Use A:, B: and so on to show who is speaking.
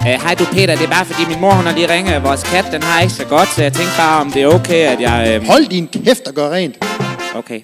A: Øh, Hej du Peter, det er bare fordi min mor hun har lige ringet. Vores kat den har ikke så godt, så jeg tænkte bare om det er okay, at jeg... Øh...
B: Hold din kæft og gør rent.
A: Okay.